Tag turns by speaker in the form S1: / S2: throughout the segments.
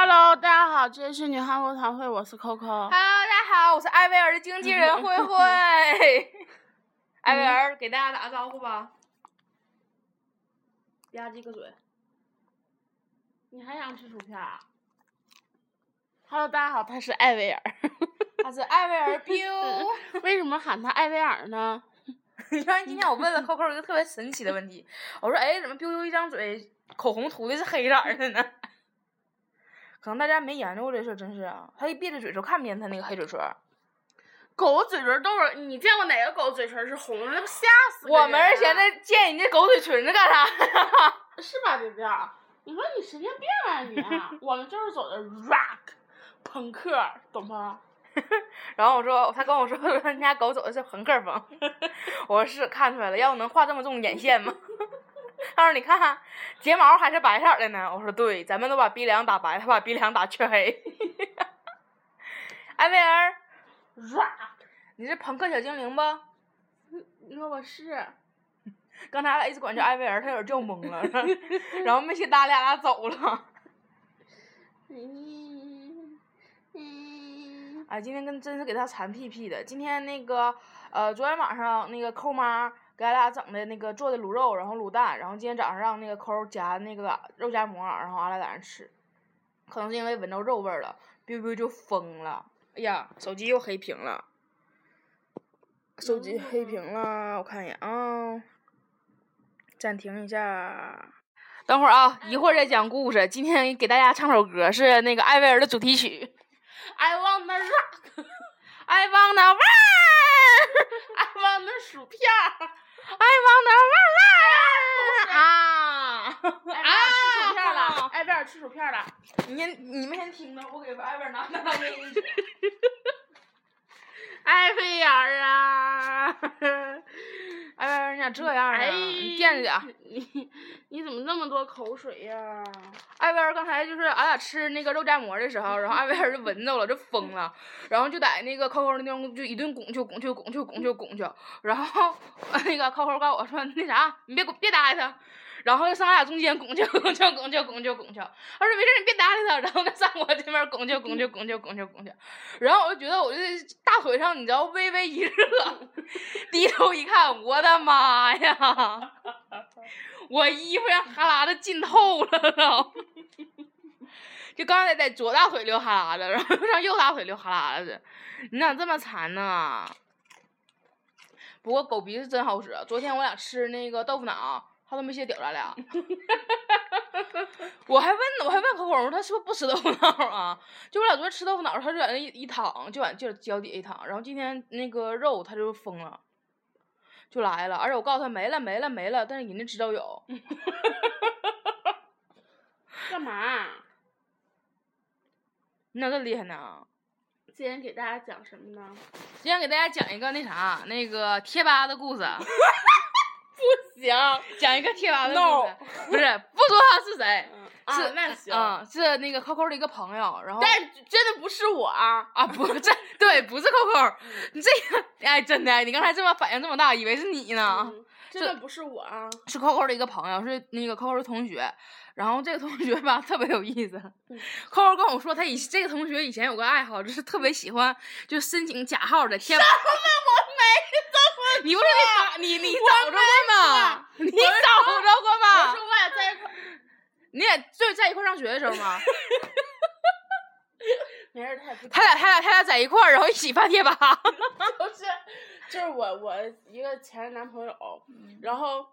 S1: 好，这里是女汉国堂会，我是 Coco。
S2: Hello，大家好，我是艾薇儿的经纪人慧慧。艾薇儿给大家打个招呼吧。吧唧个嘴。
S1: 你还想吃薯片啊？Hello，大家好，她是艾薇儿。
S2: 她是艾薇儿 biu。
S1: 为什么喊她艾薇儿呢？
S2: 你发现今天我问了 Coco 一个特别神奇的问题，我说：“哎，怎么 biu biu 一张嘴，口红涂的是黑色儿的呢？”可能大家没研究过这事儿，真是啊！他一闭着嘴就看不见他那个黑嘴唇儿。
S1: 狗嘴唇都是，你见过哪个狗嘴唇是红的？那不吓死啊
S2: 我们是
S1: 现
S2: 现
S1: 在
S2: 在见人家狗嘴唇子干啥？
S1: 是吧，贝贝儿？ 你说你神经病啊你 啊！我们就是走的 rock 朋克，懂吗？
S2: 然后我说，他跟我说 他家狗走的是朋克风， 我说是看出来了，要不能画这么重眼线吗？ 他说你看，睫毛还是白色儿的呢。我说对，咱们都把鼻梁打白，他把鼻梁打黢黑。 艾薇儿，
S1: rock，
S2: 你是朋克小精灵不？
S1: 你说我是？
S2: 刚才俺一直管叫艾薇儿，他有点叫懵了， 然后没戏搭理，俺俩走了。
S1: 嗯嗯，
S2: 啊，今天跟真是给他馋屁屁的。今天那个，呃，昨天晚上那个扣妈给俺俩整的那个做的卤肉，然后卤蛋，然后今天早上让那个扣夹那个肉夹馍，然后俺俩在那儿吃。可能是因为闻到肉味儿了，biu biu 就疯了。哎呀，手机又黑屏了，手机黑屏了，我看一眼啊、暂停一下。等会儿啊，一会儿再讲故事。今天给大家唱首歌，是那个艾薇儿的主题曲。
S1: I want the rock，I
S2: I wanna run,
S1: want the 薯片儿。
S2: I wanna run, run 啊！
S1: 艾薇儿哎吃薯片了
S2: 啊，
S1: 艾薇儿吃薯片了。
S2: 你先，你们先听着，我给外边拿拿到那一句。
S1: 艾薇儿啊！
S2: 哎呀，你咋这样啊？
S1: 哎，
S2: 你垫着点儿。
S1: 你你怎么那么多口水呀、
S2: 艾薇儿刚才就是俺俩吃那个肉夹馍的时候，然后艾薇儿就闻着了，就疯了，然后就在那个扣扣那地方就一顿拱去拱去拱去拱去拱去，然后 那个扣扣告诉我说那啥，你别拱别搭理他，然后就上俺俩中间拱去拱去拱去拱去拱去，他说没事儿你别搭理他，然后他上我这边拱去拱去拱去拱去拱去，然后我就觉得我这大腿上你知道微微一热，低头一看，我的妈呀！ 我衣服让哈喇子浸透了都。就刚才在左大腿流哈喇子，然后上右大腿流哈喇子，你咋这么馋呢？不过狗鼻子真好使，啊昨天我俩吃那个豆腐脑，他都没歇屌咱俩。我还问呢，我还问口口，我说他是不是不吃豆腐脑啊？就我俩昨天吃豆腐脑，他就在那一一躺，就往就脚底下一躺，然后今天那个肉他就疯了。就来了，而且我告诉他没了没了没了，但是人家知道有，
S1: 干嘛？
S2: 你咋这厉害呢？
S1: 今天给大家讲什么呢？
S2: 今天给大家讲一个那啥，那个贴吧的故事，啊
S1: 行，
S2: 讲一个贴吧的故事不是不说他是谁，
S1: 嗯、
S2: 是、
S1: 啊，那行。
S2: 啊、是那个 QQ 的一个朋友，然后
S1: 但真的不是我啊！
S2: 啊不这对不是 QQ，你这个哎真的，你刚才这么反应这么大，以为是你呢。
S1: 嗯真的不是我啊！
S2: 是 Coco 的一个朋友，是那个 Coco 的同学。然后这个同学吧，特别有意思。
S1: 嗯
S2: Coco 跟我说，他以这个同学以前有个爱好，就是特别喜欢就申请假号在贴吧。我没这么。你不是你把你你找着过吗？你找着过
S1: 我
S2: 吗
S1: 说？我俩在一块儿，
S2: 你俩就在一块儿上学的时候吗？
S1: 没事，他也 不
S2: 他俩他俩他俩在一块儿，然后一起发贴吧。
S1: 就是就是我我一个前任男朋友，然后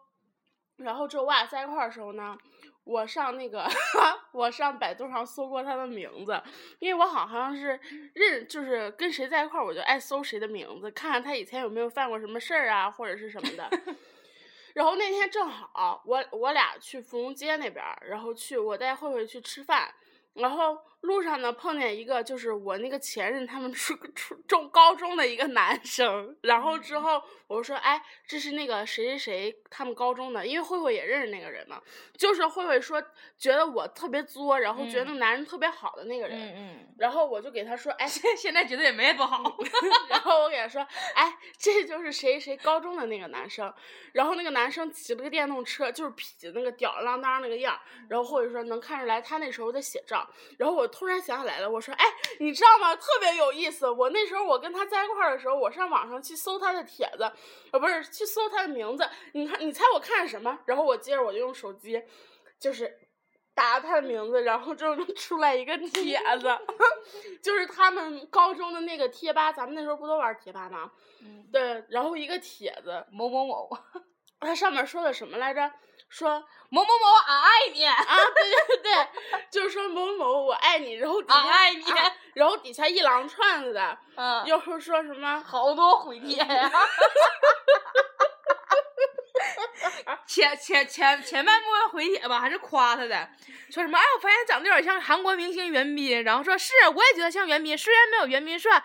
S1: 然后之后我俩在一块儿的时候呢，我上那个 我上百度上搜过他的名字，因为我好像是认就是跟谁在一块儿我就爱搜谁的名字，看看他以前有没有犯过什么事儿啊或者是什么的。然后那天正好我我俩去芙蓉街那边儿，然后去我带慧慧去吃饭，然后路上呢碰见一个就是我那个前任他们初初中高中的一个男生，然后之后我说哎，这是那个谁谁谁他们高中的，因为慧慧也认识那个人嘛，就是慧慧说觉得我特别作，然后觉得那男人特别好的那个人，
S2: 嗯，
S1: 然后我就给他说哎，
S2: 现现在觉得也没多好。
S1: 然后我给他说，哎，这就是谁谁高中的那个男生，然后那个男生骑了个电动车，就是痞那个吊儿郎当那个样儿，然后或者说能看出来他那时候在写照，然后我突然想起来了，我说，哎，你知道吗？特别有意思。我那时候我跟他在一块儿的时候，我上网上去搜他的帖子，呃，不是去搜他的名字。你看，你猜我看什么？然后我接着我就用手机，就是打他的名字，然后就出来一个帖子， 就是他们高中的那个贴吧，咱们那时候不都玩贴吧吗？
S2: 嗯
S1: 对，然后一个帖子，
S2: 某某某
S1: 它上面说的什么来着？说
S2: 某某某，俺爱你，俺
S1: 啊，对对对，就是说某某某我爱你，然后底下、
S2: 爱你，
S1: 啊然后底下一狼串子的，
S2: 嗯，
S1: 又是说什么？
S2: 好多回 帖呀、前前前前半部分回帖吧，还是夸他的，说什么哎，我发现长得有点像韩国明星袁彬，然后说是，我也觉得像袁彬，虽然没有袁彬帅，哎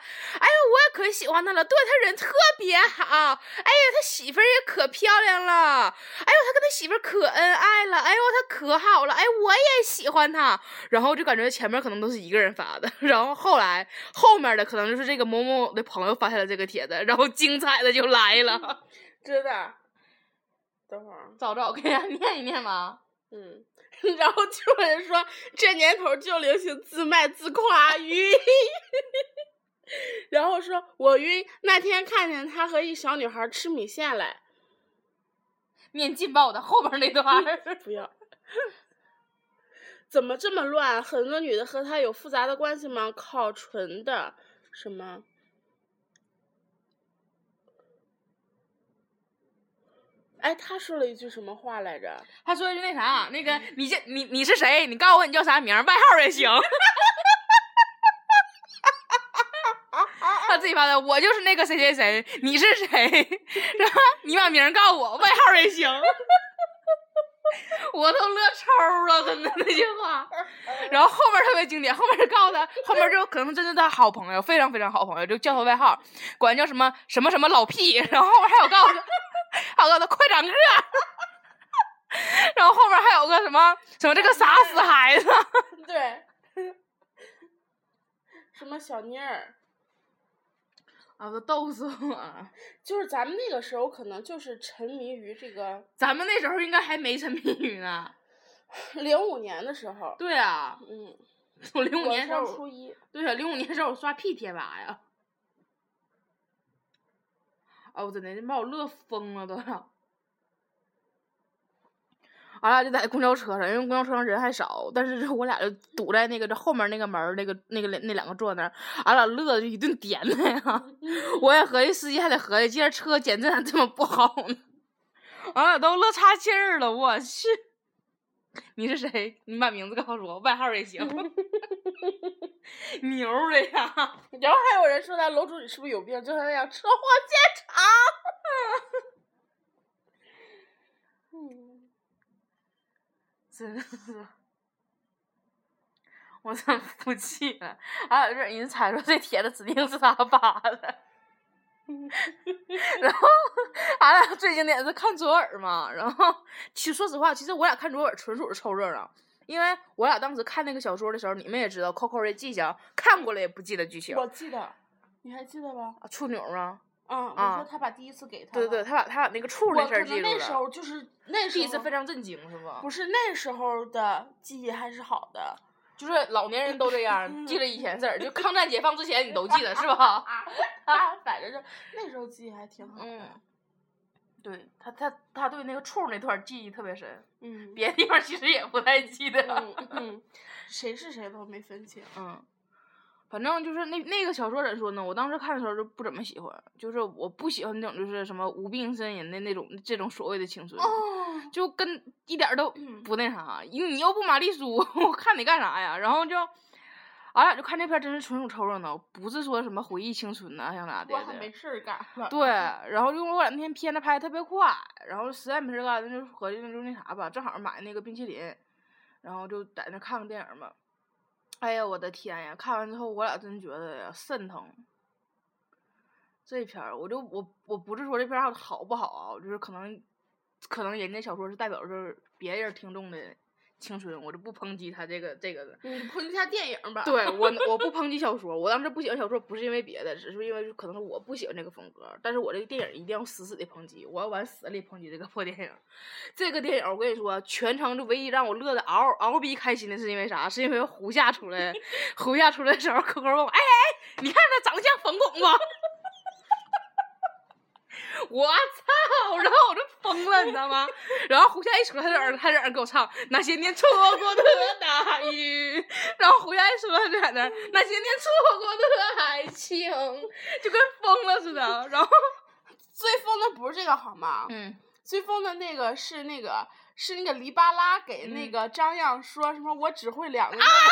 S2: 呦，我也可喜欢他了，对他人特别好，哎呀，他媳妇儿也可漂亮了，哎呦，他跟他媳妇儿可恩爱了，哎呦，他可好了，哎，我也喜欢他，然后就感觉前面可能都是一个人发的，然后后来后面的可能就是这个某某某的朋友发下了这个帖子，然后精彩的就来了，
S1: 真的？等会儿， 啊
S2: 找找给大家念一念吧。
S1: 嗯，然后就有人说这年头就流行自卖自夸，晕。 然后说我晕，那天看见他和一小女孩吃米线来，
S2: 念劲爆的后边那段儿
S1: 不要。 怎么这么乱？很多女的和他有复杂的关系吗？靠，纯的什么？哎，他说了一句什么话来着？
S2: 他说是那啥，那个你这你你是谁？你告诉我你叫啥名儿，外号也行。 他自己发的，我就是那个谁谁谁，你是谁？ 然后你把名儿告诉我，外号也行。 我都乐抽了，真的那句话。然后后面特别经典，后面告诉他，后面就可能真的他好朋友，非常非常好朋友，就叫他外号，管他叫什么什么什么老屁。 然后后面还有告诉他，还有告诉他快长个儿。然后后面还有个什么什么这个傻死孩子，
S1: 对，什么小妮儿？
S2: 啊，都逗死我了！
S1: 就是咱们那个时候可能就是沉迷于这个
S2: 咱们那时候应该还没沉迷于呢。
S1: 零五年的时候，
S2: 对啊，
S1: 嗯，
S2: 我零五
S1: 我
S2: 年时
S1: 上
S2: 候，
S1: 初一，
S2: 对啊，零五年时候我刷屁贴吧呀。哦，我真的把我乐疯了都要。俺啊俩就在公交车上，因为公交车上人还少，但是就我俩就堵在那个这后面那个门儿那个那个那两个座那儿，俺俩乐的就一顿点他呀。我也合计司机还得合计，这车减震咋这么不好呢？俺俩都乐岔气儿了，我去！你是谁？你把名字告诉我，外号也行。 牛儿了呀！
S1: 然后还有人说他楼主你是不是有病？就像那样车祸现场。嗯，
S2: 真是，我真服气了。啊俺俩这人猜说这帖子指定是他发的。然后俺俩最经典是看左耳嘛，然后其实说实话，其实我俩看左耳纯属是凑热闹，因为我俩当时看那个小说的时候，你们也知道，Coco 的迹象看过了也不记得剧情。
S1: 我记得，你还记得吧？
S2: 啊处女吗？
S1: 嗯，
S2: 啊
S1: 我说他把第一次给他。
S2: 对对对，。他把他把那个处
S1: 我
S2: 那事
S1: 可
S2: 儿记
S1: 能
S2: 住
S1: 那时
S2: 了，
S1: 候就是那
S2: 第
S1: 时
S2: 一次
S1: 候
S2: 非，常震惊，是不？
S1: 不是那时候的记忆还是好的。
S2: 就是老年人都这样，记了以前事儿，就抗战解放之前你都记得是 吧？
S1: 啊，反正就那时候记忆还挺好。
S2: 嗯，对他他他对那个处那段记忆特别深，
S1: 嗯，
S2: 别的地方其实也不太记得。
S1: 嗯嗯，谁是谁都没分清。
S2: 嗯，反正就是那那个小说怎说呢？我当时看的时候就不怎么喜欢，就是我不喜欢那种就是什么无病呻吟的那种这种所谓的青春，
S1: 哦，
S2: 就跟一点儿都嗯不那啥，因为你又不玛丽苏， 我看你干啥呀？然后就。俺俩就看这片儿，真是纯属凑热闹，不是说什么回忆青春呐、像咋的
S1: 我
S2: 的。
S1: 还没事儿干了。
S2: 对，然后因为我俩那天片子拍的特别快，然后实在没事儿干，那就合计那就那啥吧，正好买那个冰淇淋，然后就在那看个电影嘛。哎呀，我的天呀！看完之后，我俩真觉得呀，肾疼。这片儿，我就我我不是说这片儿好不好啊，就是可能可能人家小说是代表着别人听众的青春，我就不抨击他这个这个的。
S1: 你抨击一下电影吧。
S2: 对我，我不抨击小说。我当时不喜欢小说，不是因为别的，只是因为可能是我不喜欢这个风格。但是我这个电影一定要死死的抨击，我要往死里抨击这个破电影。这个电影我跟你说，全程就唯一让我乐的嗷嗷逼开心的是因为啥？是因为胡夏出来，胡夏出来的时候，扣扣问我，哎哎，你看他长得像冯巩吗？ 我操！然后我就疯了，你知道吗？然后胡夏一出来，他就耳他就耳给我唱那些年错过的大雨，然后胡夏一出来就在那儿那些年错过的爱情，就跟疯了似的。然后，
S1: 最疯的不是这个好吗？
S2: 嗯，
S1: 最疯的那个是那个是那个黎巴拉给那
S2: 嗯
S1: 个张漾说什么我只 会两个字，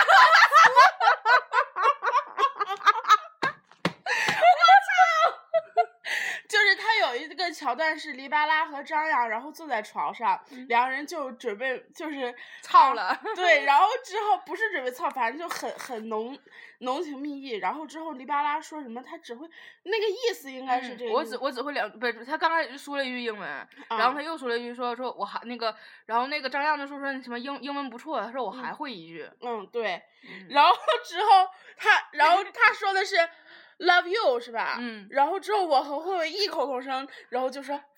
S1: 就是他有一个桥段是黎巴拉和张漾，然后坐在床上，两个人就准备就
S2: 嗯
S1: 是啊
S2: 操了，
S1: 对，然后之后不是准备操，反正就很很浓浓情蜜意。然后之后黎巴拉说什么，他只会那个意思应该是
S2: 嗯
S1: 这个意思。
S2: 我只我只会两，不是他刚开始就说了一句英文，
S1: 啊
S2: 然后他又说了一句说说我还那个，然后那个张亮就说说你什么英英文不错，他说我还会一句，
S1: 嗯对，
S2: 嗯
S1: 然后 之后他然后他说 的是 love you 是吧？
S2: 嗯
S1: 然后之后我和慧慧异口同声，然后就说 fuck me，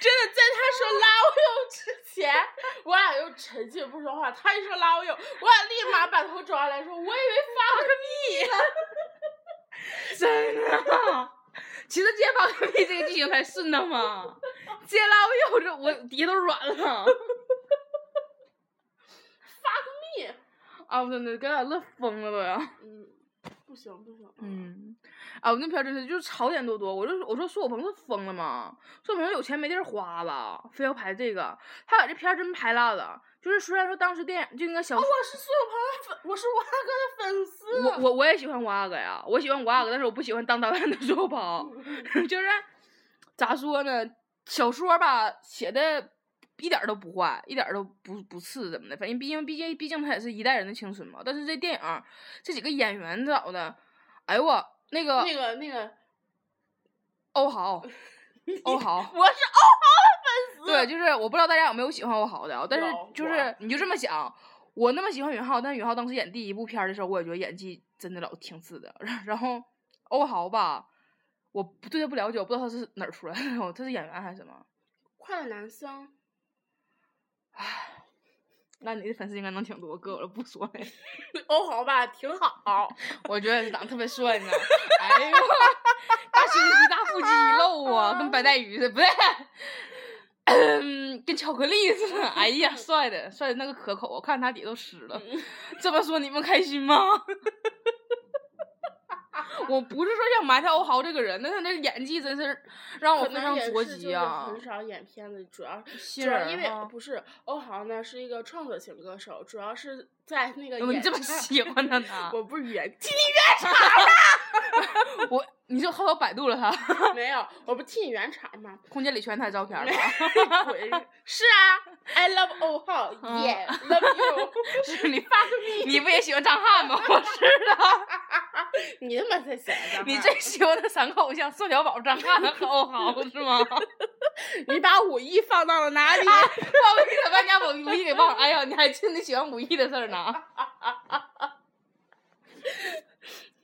S1: 真的在他说 love you 之前，我俩就沉静不说话。他一说 love you，我俩立马把头转过来说，我以为 fuck me 了。
S2: 真的。其实接发隔壁这个剧情才顺当 嘛，接拉我这我底下都软了。
S1: fuck me，
S2: 啊，我真的给俺乐疯了都要。
S1: 嗯，不行不行，，
S2: 嗯，啊，我那片儿真是就是槽点多多，我就我说苏有朋是疯了吗？苏有朋有钱没地儿花吧，非要拍这个，他把这片儿真拍烂了。就是虽然说当时电影就应该小
S1: 哦我是苏有朋的粉，我是我阿哥的粉丝。
S2: 我我我也喜欢五阿哥呀，我喜欢五阿哥，但是我不喜欢当导演的苏有 朋， 就是咋说呢，小说吧写的一点儿都不坏，一点儿都不不次怎么的，反正毕竟毕竟毕竟他也是一代人的青春嘛。但是这电影儿这几个演员找的，哎呦我那个
S1: 那个那个，，
S2: 欧豪，欧豪
S1: 我是哦
S2: 对，就是我不知道大家有没有喜欢欧豪的啊，但是
S1: 嗯有
S2: 就
S1: 我
S2: 是你就这么想，我那么喜欢允浩，但允浩当时演第一部片儿的时候，我也觉得演技真的老挺次的。然后欧豪吧，我不对他不了解，我不知道他是哪儿出来的， 我他是演员还是什么？
S1: 快乐男生。
S2: 那你的粉丝应该能挺多，哥我就不说了。
S1: 欧豪哦吧，挺好。
S2: 我觉得你长得特别帅呢，哎呦，大胸肌、大腹肌一露啊，跟白带鱼似的，不对，嗯跟巧克力似的。哎呀，帅的，帅的那个可口，我看他底都湿了。
S1: 嗯
S2: 这么说你们开心吗？ 我不是说想埋汰欧豪这个人，但他那个演技真是让我
S1: 可
S2: 非
S1: 能
S2: 常
S1: 也
S2: 着
S1: 是
S2: 急
S1: 就是
S2: 啊
S1: 很！少演片子，主要主
S2: 是
S1: 要因为
S2: 啊
S1: 不是欧豪呢是一个创作型歌手，主要是在那个
S2: 哦你
S1: 演
S2: 这么啊
S1: 技上
S2: 喜欢他呢？
S1: 我不是演 技，
S2: 我你就后头百度了他，
S1: 没有，我不替你圆场吗？
S2: 空间里全他照片了。啊
S1: 滚！是啊，I love 欧豪
S2: 嗯
S1: ，Yeah，love you。
S2: 是你 你不也喜欢张翰 吗？我知道，
S1: 你他妈才喜欢张
S2: 你
S1: 翰
S2: 最喜欢的三个偶像宋小宝、张翰和欧 豪是吗？
S1: 你把武艺放到了哪里？
S2: 我一怎么把我武艺给忘了？哎呀，你还记得你喜欢武艺的事儿呢？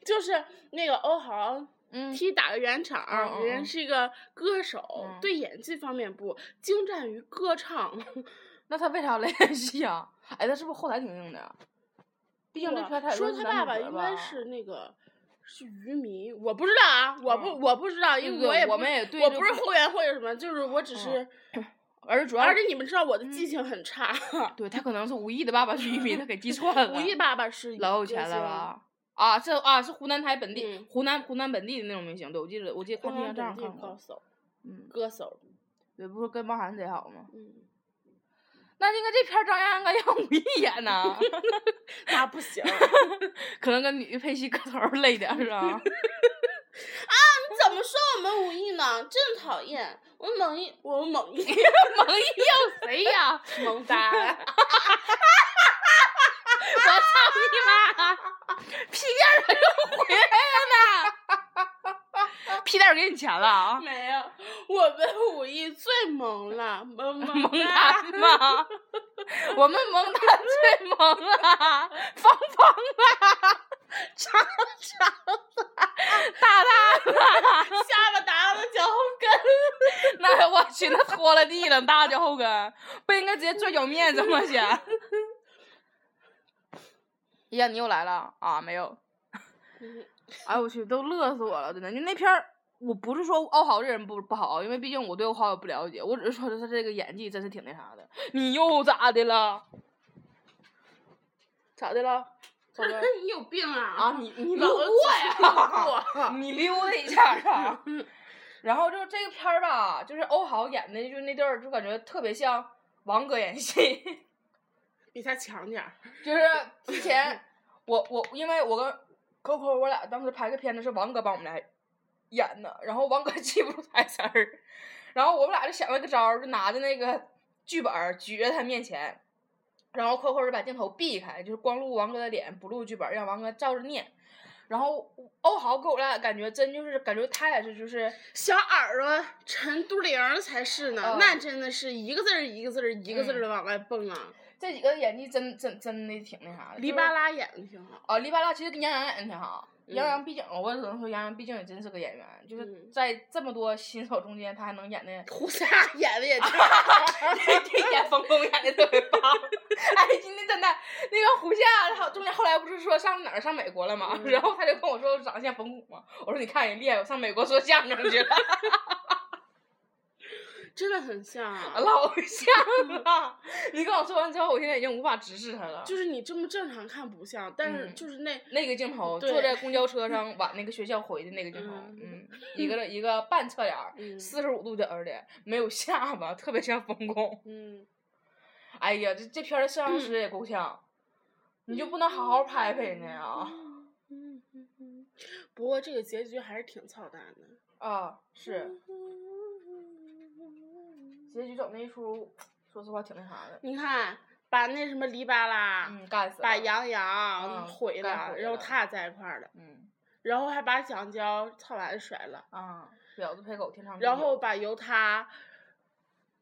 S1: 就是那个哦欧豪。
S2: 嗯
S1: 替打个圆场儿，
S2: 嗯嗯
S1: 人
S2: 嗯
S1: 家是一个歌手，
S2: 嗯
S1: 对演技方面不精湛于歌唱。
S2: 那他为啥要来演戏啊？ 哎，他是不是后台挺硬的呀？毕竟这
S1: 我
S2: 片太
S1: 说他爸爸应该是那个是渔民，我不知道啊，我不、
S2: 嗯
S1: 我不知道，因为
S2: 对
S1: 我也
S2: 我
S1: 不
S2: 们
S1: 是
S2: 也对
S1: 我
S2: 这
S1: 不是
S2: 不
S1: 后援会什么，就是我只是，
S2: 而且主要嗯
S1: 而
S2: 是
S1: 且你们知道我的记性 很差，
S2: 对他可能是吴亦的爸爸是渔民，他给记串 了。
S1: 吴亦爸爸是
S2: 老有
S1: 歌
S2: 钱了
S1: 星？
S2: 吧？啊，这啊是湖南台本地、
S1: 嗯
S2: 湖南湖南本地的那种明星，对我记得我记得
S1: 湖
S2: 看电
S1: 南
S2: 视上
S1: 本地
S2: 看
S1: 歌
S2: 过，
S1: 手，
S2: 嗯，
S1: 歌手，
S2: 对，不是跟汪涵贼好吗？
S1: 嗯，
S2: 那应该这片儿张亚应该让吴亦演呐，
S1: 那不 行，
S2: 可能跟女配戏个头儿累点儿是吧？
S1: 怎么说我们武艺呢？真讨厌，我猛一，我猛
S2: 蒙
S1: 一
S2: 毅 要谁呀？
S1: 萌哒。
S2: 我操你妈！ 屁颠儿他 又回来了呢！屁颠儿给你钱了啊？
S1: 没有，我们武艺最萌了，萌萌
S2: 蒙
S1: 哒
S2: 他吗？ 我们蒙他最萌了，方方啊，
S1: 长长
S2: 大大啦，
S1: 下巴打到脚后 跟，
S2: 那我去，那拖了地了，大脚后跟，不应该直接做脚面子吗？先，哎呀，你又来了啊？没有。 哎我去，都乐死我了，真的。就那片儿，我不是说欧豪这人不不好，因为毕竟我对欧豪也不了解，我只是说他这个演技真是挺那啥的。你又咋的了？咋的了？宝贝儿
S1: 你有病啊！
S2: 啊你你
S1: 老
S2: 老
S1: 过呀！
S2: 你溜达一下啊。然后就这个片儿吧，就是欧豪演的，就那对儿，就感觉特别像王哥演戏。
S1: 比他强点儿，
S2: 就是之前我我因为我跟 Coco 我俩当时拍个片子是王哥帮我们俩演的，然后王哥 记不住台词儿，然后我们俩就想了个招儿，就拿着那个剧本儿举在他面前，然后 Coco 就把镜头避开，就是光录王哥的脸，不录剧本儿，让王哥照着念。然后欧豪给我俩感觉真就是感觉他也是就是
S1: 小耳朵陈都灵儿才是呢，
S2: 哦
S1: 那真的是一个字儿一个字儿一个字儿的往外蹦啊，
S2: 这几个演技真真真的挺那啥的，
S1: 黎
S2: 就是
S1: 巴拉演的挺好。
S2: 啊，黎巴拉其实跟杨洋演的挺好。杨
S1: 嗯
S2: 洋毕竟，我只能说杨洋毕竟也真是个演员，就是
S1: 嗯，
S2: 在这么多新手中间，他还能演的
S1: 胡夏演的也挺好，
S2: 演冯巩演的特别棒。哎，今天真的，那个胡夏，他中间后来不是说上哪儿上美国了嘛，
S1: 嗯
S2: 然后他就跟我说长得像冯巩嘛，我说你看人厉害，我上美国说相声去了，
S1: 真的很像啊。
S2: 嗯 老像 了。你跟我说完之后，我现在已经无法直视他了。
S1: 就是你这么正常看不像，但是
S2: 嗯
S1: 就是那、
S2: 那个镜头，
S1: 对
S2: 坐在公交车上往那个学校回的那个镜头，嗯，一个一个半侧脸儿，
S1: 嗯
S2: 四十五度角儿的，没有下巴，特别像冯巩。
S1: 嗯，
S2: 哎呀，这这片儿的摄 像师也够呛，你就不能好好拍拍呢啊？
S1: 嗯嗯嗯不过这个结局还是挺操蛋的。
S2: 啊，
S1: 嗯
S2: 是，结局整那一出，说实话挺那啥的，
S1: 你看，把那什么黎巴拉，
S2: 嗯，干死了，
S1: 把杨洋
S2: 嗯
S1: 毁
S2: 干
S1: 了，
S2: 毁
S1: 然后
S2: 了
S1: 他俩在一块儿了，
S2: 嗯
S1: 然后还把蒋娇操完甩了，
S2: 啊，婊子配狗天长地久。
S1: 然后把犹他，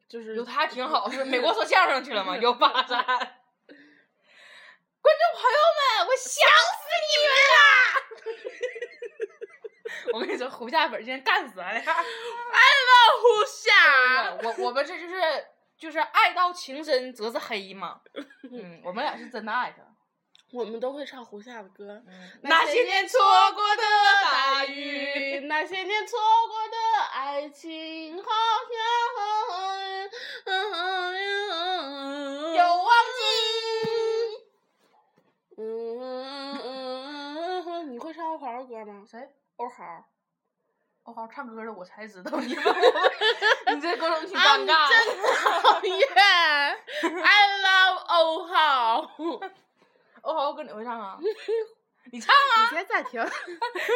S1: 就是
S2: 有他挺好，是美国说相声去了吗？有发展。观众朋友们，我想死你们了！我 跟你说，胡夏本今天干死咱俩。
S1: 胡夏，
S2: 啊我我们这就是就是爱到情深则是黑嘛。嗯，我们俩是真的爱他。
S1: 我们都会唱胡夏的歌。
S2: 嗯那些年错过的大雨，
S1: 那些年错过的爱情，好像
S2: 有忘记。
S1: 嗯嗯，你会唱欧豪的歌 吗？
S2: 谁？
S1: 欧豪。
S2: 我好唱歌的，我才知道你问 我，你这歌手挺
S1: 啊
S2: 尴
S1: 你
S2: 尬。
S1: 真讨厌！I love Oh 欧豪。
S2: 欧豪跟你会唱啊？你唱啊！
S1: 你先暂停。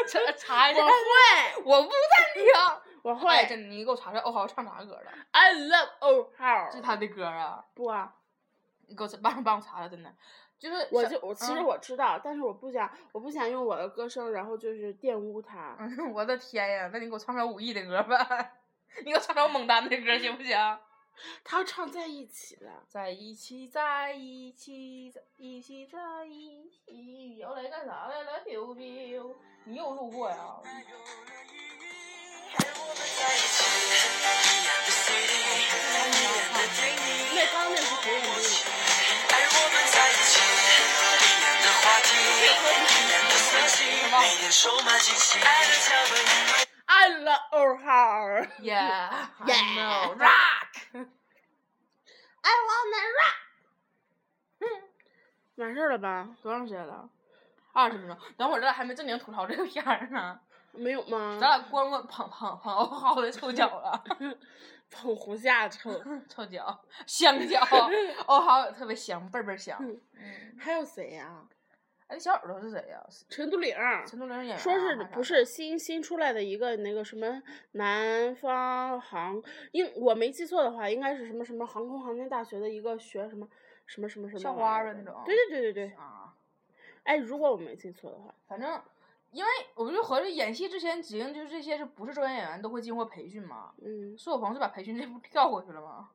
S2: 查查一下
S1: 我，会，
S2: 我不暂停。
S1: 我
S2: 哎，
S1: 会。
S2: 真的，你给我查查欧豪唱啥歌了？
S1: I love Oh 欧豪。
S2: 这是他的歌啊！
S1: 不啊？
S2: 你给我帮帮我查查，真的，就是
S1: 我
S2: 小
S1: 就我其实
S2: 嗯
S1: 我知道，但是我不想，我不想用我的歌声，然后就是玷污他。
S2: 嗯 我的天呀！那你给我唱首武艺的歌吧， 你给我唱首猛丹的歌行不行？
S1: 他要唱在一起了，
S2: 在一起，在一起，在一起，在一起，要来干啥来了？biu biu，你又路过呀？
S1: 那刚那是胡彦斌。I love 欧豪。
S2: Yeah, I
S1: Yeah.
S2: know, rock.
S1: I wanna rock。完事儿了吧？
S2: 多长时间了？二十分钟。等会儿咱俩还没正经吐槽这个片儿呢，
S1: 没有吗
S2: 咱？俩光光捧捧捧嗷嗷的臭脚了，
S1: 捧胡夏臭，
S2: 臭脚香脚，嗷好特别香，倍儿倍儿香。
S1: 嗯
S2: 嗯，
S1: 还有谁呀、
S2: 哎，小耳朵是谁呀、
S1: 陈都灵儿。
S2: 陈独灵演员啊。
S1: 说是
S2: 还
S1: 不
S2: 啥？
S1: 是新新出来的一个那个什么南方航，应我没记错的话，应该是什么什么航空航天大学的一个学什么什么什么什么
S2: 校
S1: 玩
S2: 花
S1: 意儿
S2: 儿呗
S1: 的
S2: 那种
S1: 对对对对对，
S2: 啊，
S1: 哎，如果我没记错的话，
S2: 反正因为我不就合计演戏之前，指定就是这些是不是专业演员都会经过培训嘛？
S1: 嗯，
S2: 苏有朋是把培训这步跳过去了吗？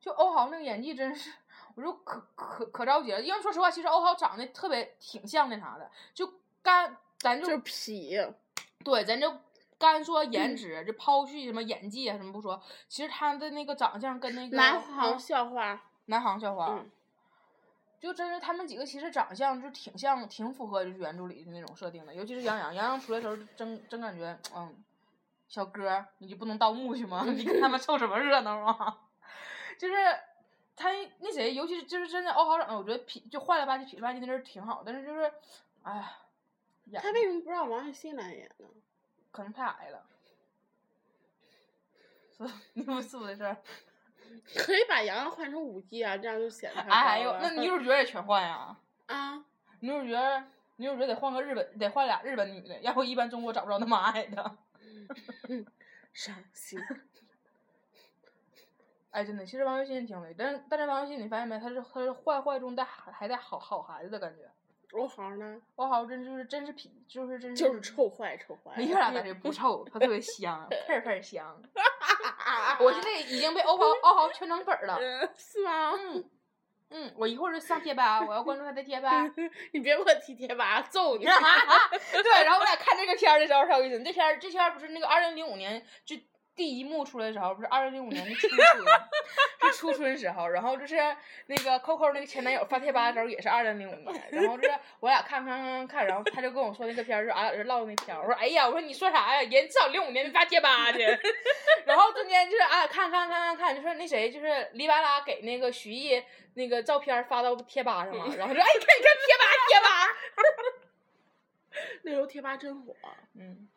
S2: 就欧豪那个演技真是，我就可可可着急了。因为说实话，其实欧豪长得特别挺像那啥的，就干咱就
S1: 就是嗯痞，
S2: 对，咱就干说颜值，就抛去什么演技啊什么不说，其实他的那个长相跟那个
S1: 南航校花，
S2: 南航校花，
S1: 嗯
S2: 就真是他们几个其实长相就挺像，挺符合就是原著里的那种设定的，尤其是杨洋，杨洋出来的时候就真真感觉，嗯，小哥儿，你就不能盗墓去吗？ 你跟他们凑什么热闹啊？ 就是他那谁，尤其是就是真的欧豪长得，我觉得痞就坏了吧唧痞了吧唧那阵儿挺好，但是就是，哎呀，演
S1: 他为什么不让王栎鑫来演呢？
S2: 可能太矮了。 是，你不是不是这事儿？
S1: 可以把洋洋换成武帝啊，这样就显得他
S2: 哎
S1: 高
S2: 呦，
S1: 了
S2: 那 女主角也全换呀？
S1: 啊，
S2: 女主角，女主角得换个日本，得换俩日本女的，要不一般中国找不着那么矮的。啊
S1: 伤 心。
S2: 哎，真的，其实王栎鑫也挺美，但是但是王栎鑫，你发现没？他是他是坏坏中带还还带好好孩子的感觉。
S1: 欧豪呢，
S2: 我好像真就是真是痞，就是真是
S1: 就是臭坏臭坏。
S2: 嗯一点儿感觉不臭，它特别香， 倍儿倍儿香。我现在已经被欧豪欧豪圈成粉儿了。
S1: 嗯啊是吗？
S2: 嗯，嗯，我一会儿就上贴吧，我要关注他的贴 吧。
S1: 你别给我提贴吧，揍你！
S2: 对，然后我俩看这个片儿的时候超有意思。这片儿这片儿不是那个二零零五年就第一幕出来的时候，不是二零零五年的初春，是初春时候。然后就是那个 Coco 那个前男友发贴吧的时候也是二零零五年。然后就是我俩看看看看看，然后他就跟我说那个片儿，就俺俩在这唠那片儿。我说哎呀，我说你说啥呀？人至少零五年没发贴吧去。 然后中间就是俺俩看看看看看，就是那谁就是黎巴拉给那个徐艺那个照片发到贴吧上嘛，然后说哎你看你看贴吧贴吧，
S1: 那时候贴吧真火，
S2: 嗯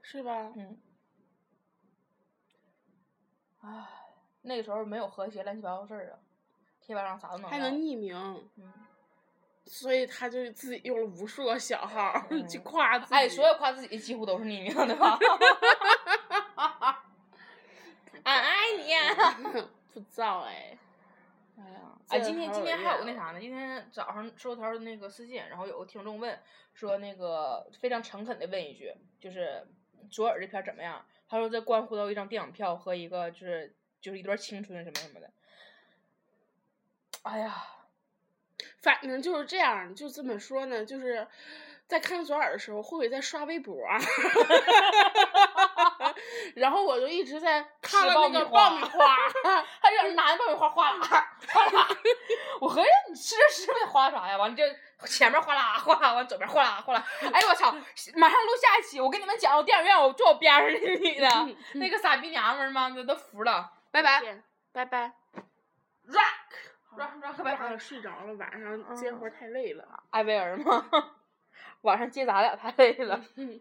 S1: 是吧？
S2: 嗯，唉，那个时候没有和谐，乱七八糟事儿啊，贴吧上啥都能
S1: 还
S2: 唠
S1: 能匿名，
S2: 嗯，
S1: 所以他就自己用了无数个小号儿
S2: 嗯
S1: 去夸自己。
S2: 哎，所有夸自己的几乎都是匿名的吧？ 俺爱你、
S1: 不造哎，
S2: 哎呀，
S1: 这
S2: 哎，今天
S1: 好
S2: 今天
S1: 有
S2: 还有
S1: 料
S2: 那啥呢？今天早上收条那个私信，然后有个听众问说，那个非常诚恳的问一句，就是左耳这片儿怎么样？他说这关乎到一张电影票和一个就是就是一段青春什么什么的。哎呀，
S1: 反正就是这样儿，就这么说呢，就是在看左耳的时候，慧慧在刷微博儿， 然后我就一直在看
S2: 吃
S1: 了那个
S2: 爆
S1: 爆
S2: 米
S1: 米
S2: 花
S1: 花，
S2: 他这拿那爆米花哗啦哗啦，我合计你吃着吃着得哗啥呀？完了这前面哗啦哗啦，完左边哗啦哗啦，哎呦我操！马上录下一期，我跟你们讲，我电影院我坐我边上那女的，那个傻逼娘们儿妈的都服了，拜拜
S1: 见，拜拜。
S2: ，rock rock rock 拜
S1: 晚
S2: 拜，
S1: 上睡着了，嗯晚上接活儿太累了。
S2: 艾薇儿吗？晚上接咱俩太累了。
S1: 嗯